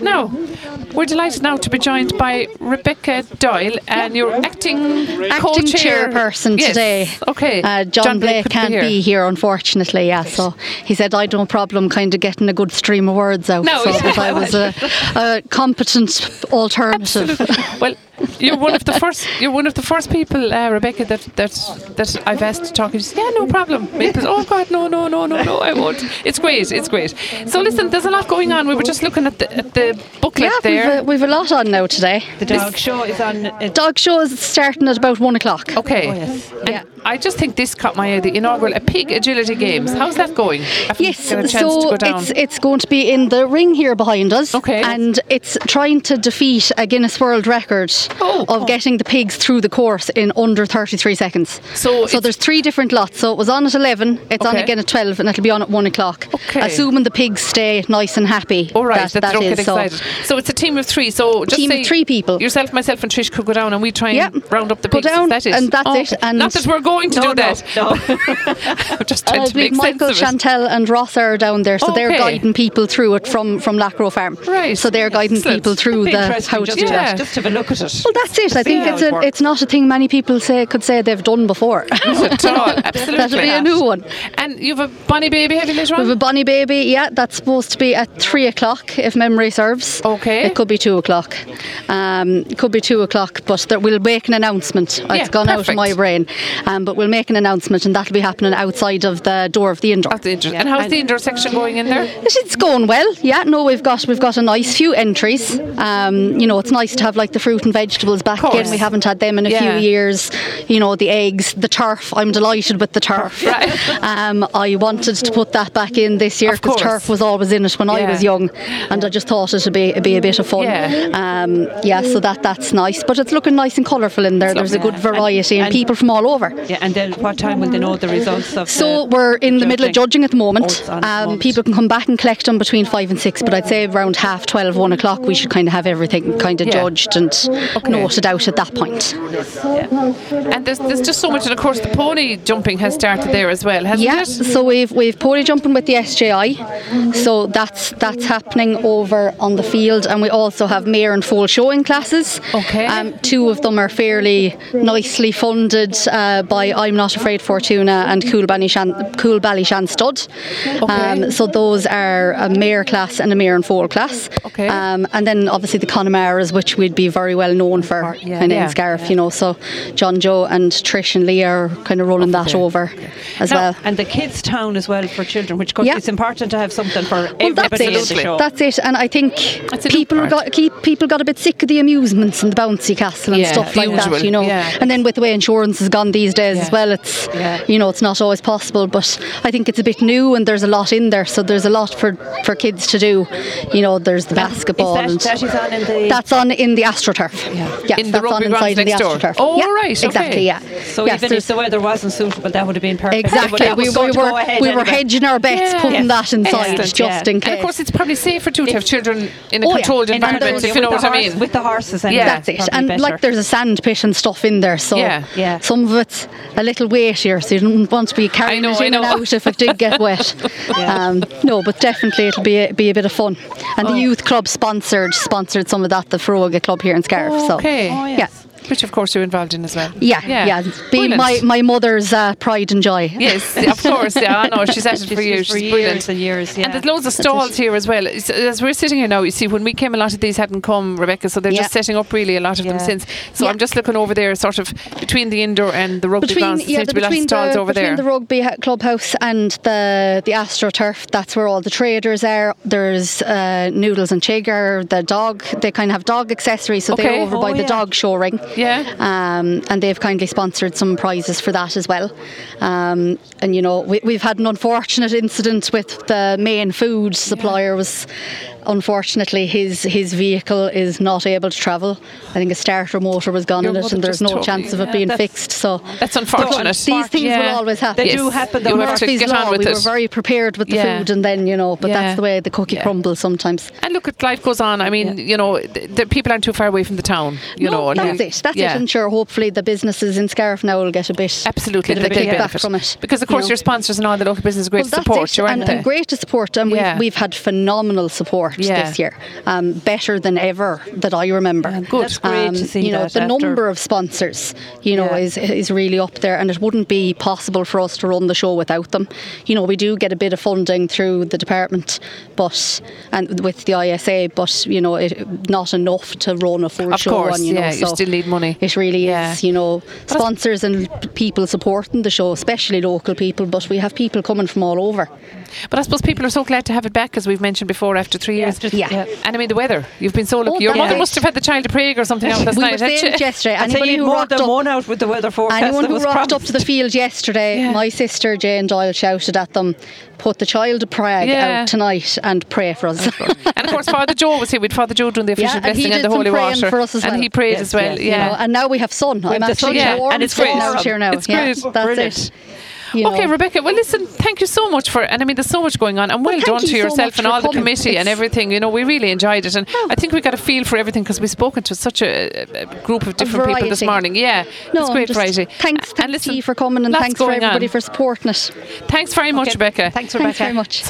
No, we're delighted now to be joined by Rebecca Doyle, and your acting, acting co-chair chairperson Yes, today. Okay, Uh, John, Blake, couldn't can't be here. unfortunately. Yeah, so he said I don't problem kind of getting a good stream of words out. No, so yeah. that I was a, a competent alternative. Absolutely. well, you're one of the first. You're one of the first people, uh, Rebecca, that that that I've asked to talk. And she says, yeah, no problem. Maples, oh God, no, no, no, no, no, I won't. It's great. It's great. So listen, there's a lot going on. We were just looking at the at the booklet Yeah, there. we've a, we've a lot on now today. The dog show is on. Uh, Dog show is starting at about one o'clock. Okay. Oh, yes. And I just think this caught my eye, the inaugural uh, Pig Agility Games. How's that going? I've Yes, got a chance to so go down. it's it's going to be in the ring here behind us, Okay. and it's trying to defeat a Guinness World Record Oh. of getting the pigs through the course in under 33 seconds. So it's- there's three different lots. So it was on at 11, it's on Okay. again at 12, and it'll be on at one o'clock. Okay. Assuming the pigs stay nice and happy. all right, that- that, that don't is. get So excited. So, it's a team of three. So just Team of say three people. Yourself, myself, and Trish could go down, and we try and Yep. round up the Go pigs. Is down that it? and that's Oh, it, and- not that we're going to do no, that. no, no. I'm just And trying I to make believe sense Oh, Michael, of it. Chantel, and Ross are down there, so they're Okay. guiding people through it from from Lackrow Farm. Right. So they're guiding Excellent. people through be the interesting how to just, do Yeah. it. to, just to have a look at it. Well, that's it. I think how it's it a, works. it's not a thing many people say could say they've done before. Not at all. Absolutely. That'll be a new one. And you have a bunny baby heavy later We have a on? bunny baby. Yeah, that's supposed to be at three o'clock, if memory serves. Okay. It could be two o'clock. Um, it could be two o'clock, but there, we'll make an announcement. Yeah, it's gone out of perfect. my brain, um, but we'll make an announcement, and that'll be happening outside of the door of the indoor. That's interesting. And how's the indoor section going in there? Yes, It's going well. Yeah, no, we've got we've got a nice few entries. Um, you know, it's nice to have like the fruit and vegetables back Course. in. We haven't had them in a Yeah. few years. You know, the eggs, the turf. I'm delighted with the turf. Right. Um, I wanted to put that back in this year Of because course. turf was always in it when I Yeah. was young, and I just thought it'd be it'd be a bit of fun. Yeah. Um, yeah. So that that's nice, but it's looking nice and colourful in there. There's a lovely. good variety and, And- people from all over. yeah, and then what time will they know the results of? So the we're in the middle of judging at the uh, Oh, moment. it's on at the um, moment. people can come back and collect them between five and six, but I'd say around half twelve, one o'clock, we should kind of have everything kind of Yeah. judged and noted out at that point. And there's, there's just so much. And of course, the pony jumping has started there as well, hasn't Yeah. it? So we've we've pony jumping with the SJI, so that's that's happening over on the field, and we also have mare and foal showing classes. Okay. Um, two of them are fairly nicely funded uh, by I'm Not Afraid Fortuna and Cool Ballyshan Cool Ballyshan Stud. Um, so those are a mare class and a mare and foal class. Okay. Um, and then obviously the Connemara's, which we'd be very well known for yeah. kind of Yeah. in Scariff, you know. So John Joe and Trish and Lee are kind of rolling that over as Now, well. Oh, and the kids' town as well for children, which could, Yeah. it's important to have something for Well, everybody that's in the show. it. That's it. And I think That's a new people part. got keep, people got a bit sick of the amusements and the bouncy castle and Yeah, stuff the like usual, that, you know. yeah. And then with the way insurance has gone these days as Yeah. well, it's Yeah. you know it's not always possible. But I think it's a bit new and there's a lot in there, so there's a lot for for kids to do. You know, there's the Is basketball. that, and that is on in the. that's on in the AstroTurf. Yeah, yes, In the that's rugby on grounds inside in the next door. AstroTurf. Oh, yeah, right, okay. exactly. Yeah. so Yes, even if there's- the weather wasn't suitable, that would have been perfect. Exactly. That We, was going we to go were, ahead we were anyway. hedging our bets Yeah. putting that inside Excellent, just yeah. in And case. And of course, it's probably safer too to have children in a Oh, yeah. controlled In environment, Ireland, if you know what with the I horse- mean. With the horses, anyway. Yeah. That's it. probably And better. like there's a sand pit and stuff in there, so Yeah. Yeah. some of it's a little weightier, so you don't want to be carrying know, it I in and know. out if it did get wet. um, no, but definitely it'll be a, be a bit of fun. And Oh. the youth club sponsored sponsored some of that, the Feroga club here in Scarf. Okay. Oh, So yes. yeah. Which, of course, you're involved in as well. Yeah, yeah, Being Brilliant. my, my mother's uh, pride and joy. Yes, of course. Yeah, I know. She's at it for She's years. for She's brilliant. years and years, yeah. And there's loads of stalls here as well. It's- As we're sitting here now, you see, when we came, a lot of these hadn't come, Rebecca. So they're Yeah. just setting up really a lot of them Yeah. since. So Yeah. I'm just looking over there, sort of between the indoor and the rugby between grounds. There yeah, seems the, to be lots of between, stalls the, over between there. the rugby ha- clubhouse and the the AstroTurf. That's where all the traders are. There's uh, Noodles and Chigger, the dog. They kind of have dog accessories, so Okay. they're over by Oh, the yeah. dog show ring. Yeah. Um, and they've kindly sponsored some prizes for that as well. Um, and you know, we, we've had an unfortunate incident with the main food supplier was. Unfortunately, his his vehicle is not able to travel. I think a starter motor was gone Your in it, mother and there's just no told chance me. of it Yeah, being that's- fixed. So That's unfortunate. these things Yeah. will always happen. They do happen, though. You have to Murphy's get Law, on with we it. were very prepared with the Yeah. food and then, you know, but Yeah. that's the way the cookie Yeah. crumbles sometimes. And look, at life goes on. I mean, Yeah. you know, th- the people aren't too far away from the town. You No, know, and that's we- it, that's Yeah. it. And sure, hopefully the businesses in Scariff now will get a bit Absolutely, get a that bit they back benefit from it. Because of you course know. your sponsors and all the local business great Well, that's support, it, you aren't and, they? and great to support, and Yeah. we've, we've had phenomenal support Yeah. this year, um, better than ever that I remember. Um, good. That's great to see you know, that the after- number of sponsors, you know, Yeah. is is really up there, and it wouldn't be possible for us to run the show without them. You know, we do get a bit of funding through the department, but and with the ISA, but you know, it, not enough to run a full Of show course, on. You know, yeah, you so still need money. It really Yeah. is, you know, sponsors and people supporting the show, especially local people, but we have people coming from all over. But I suppose people are so glad to have it back, as we've mentioned before, after three years. just- Yeah. And I mean the weather. You've been so lucky. Oh, Your that's mother right. must have had the child to plague or something else last we were night. hadn't saying it she? yesterday. I'd say Anybody you'd who more rocked than up, one out with the weather forecast. anyone that who was rocked up promised. to the field yesterday, Yeah. my sister Jane Doyle shouted at them, "Put the child to Prague Yeah. out tonight and pray for us." and of course, Father Joe was here with Father Joe doing the official Yeah, and he blessing and, the did some holy praying water, for us as and well. he prayed Yes, as well. yes, yeah. You know, and now we have sun. I'm have the sun, actually yeah, warm and it's sitting great. out here now. It's yeah, great. that's Brilliant. it. You Okay, know. Rebecca. Well, listen. Thank you so much for, and I mean, there's so much going on, and well, Well, done thank to you so yourself much and for all the coming. Oh. committee and It's- everything. You know, we really enjoyed it, and I think we got a feel for everything because we've spoken to such a, a group of different people this variety. morning. Yeah, it's No, great just variety. Thanks, and thanks to listen, you for coming, and lots thanks for going everybody on. for supporting it. Thanks very much, Okay. Rebecca. Thanks, Rebecca. Thanks very much.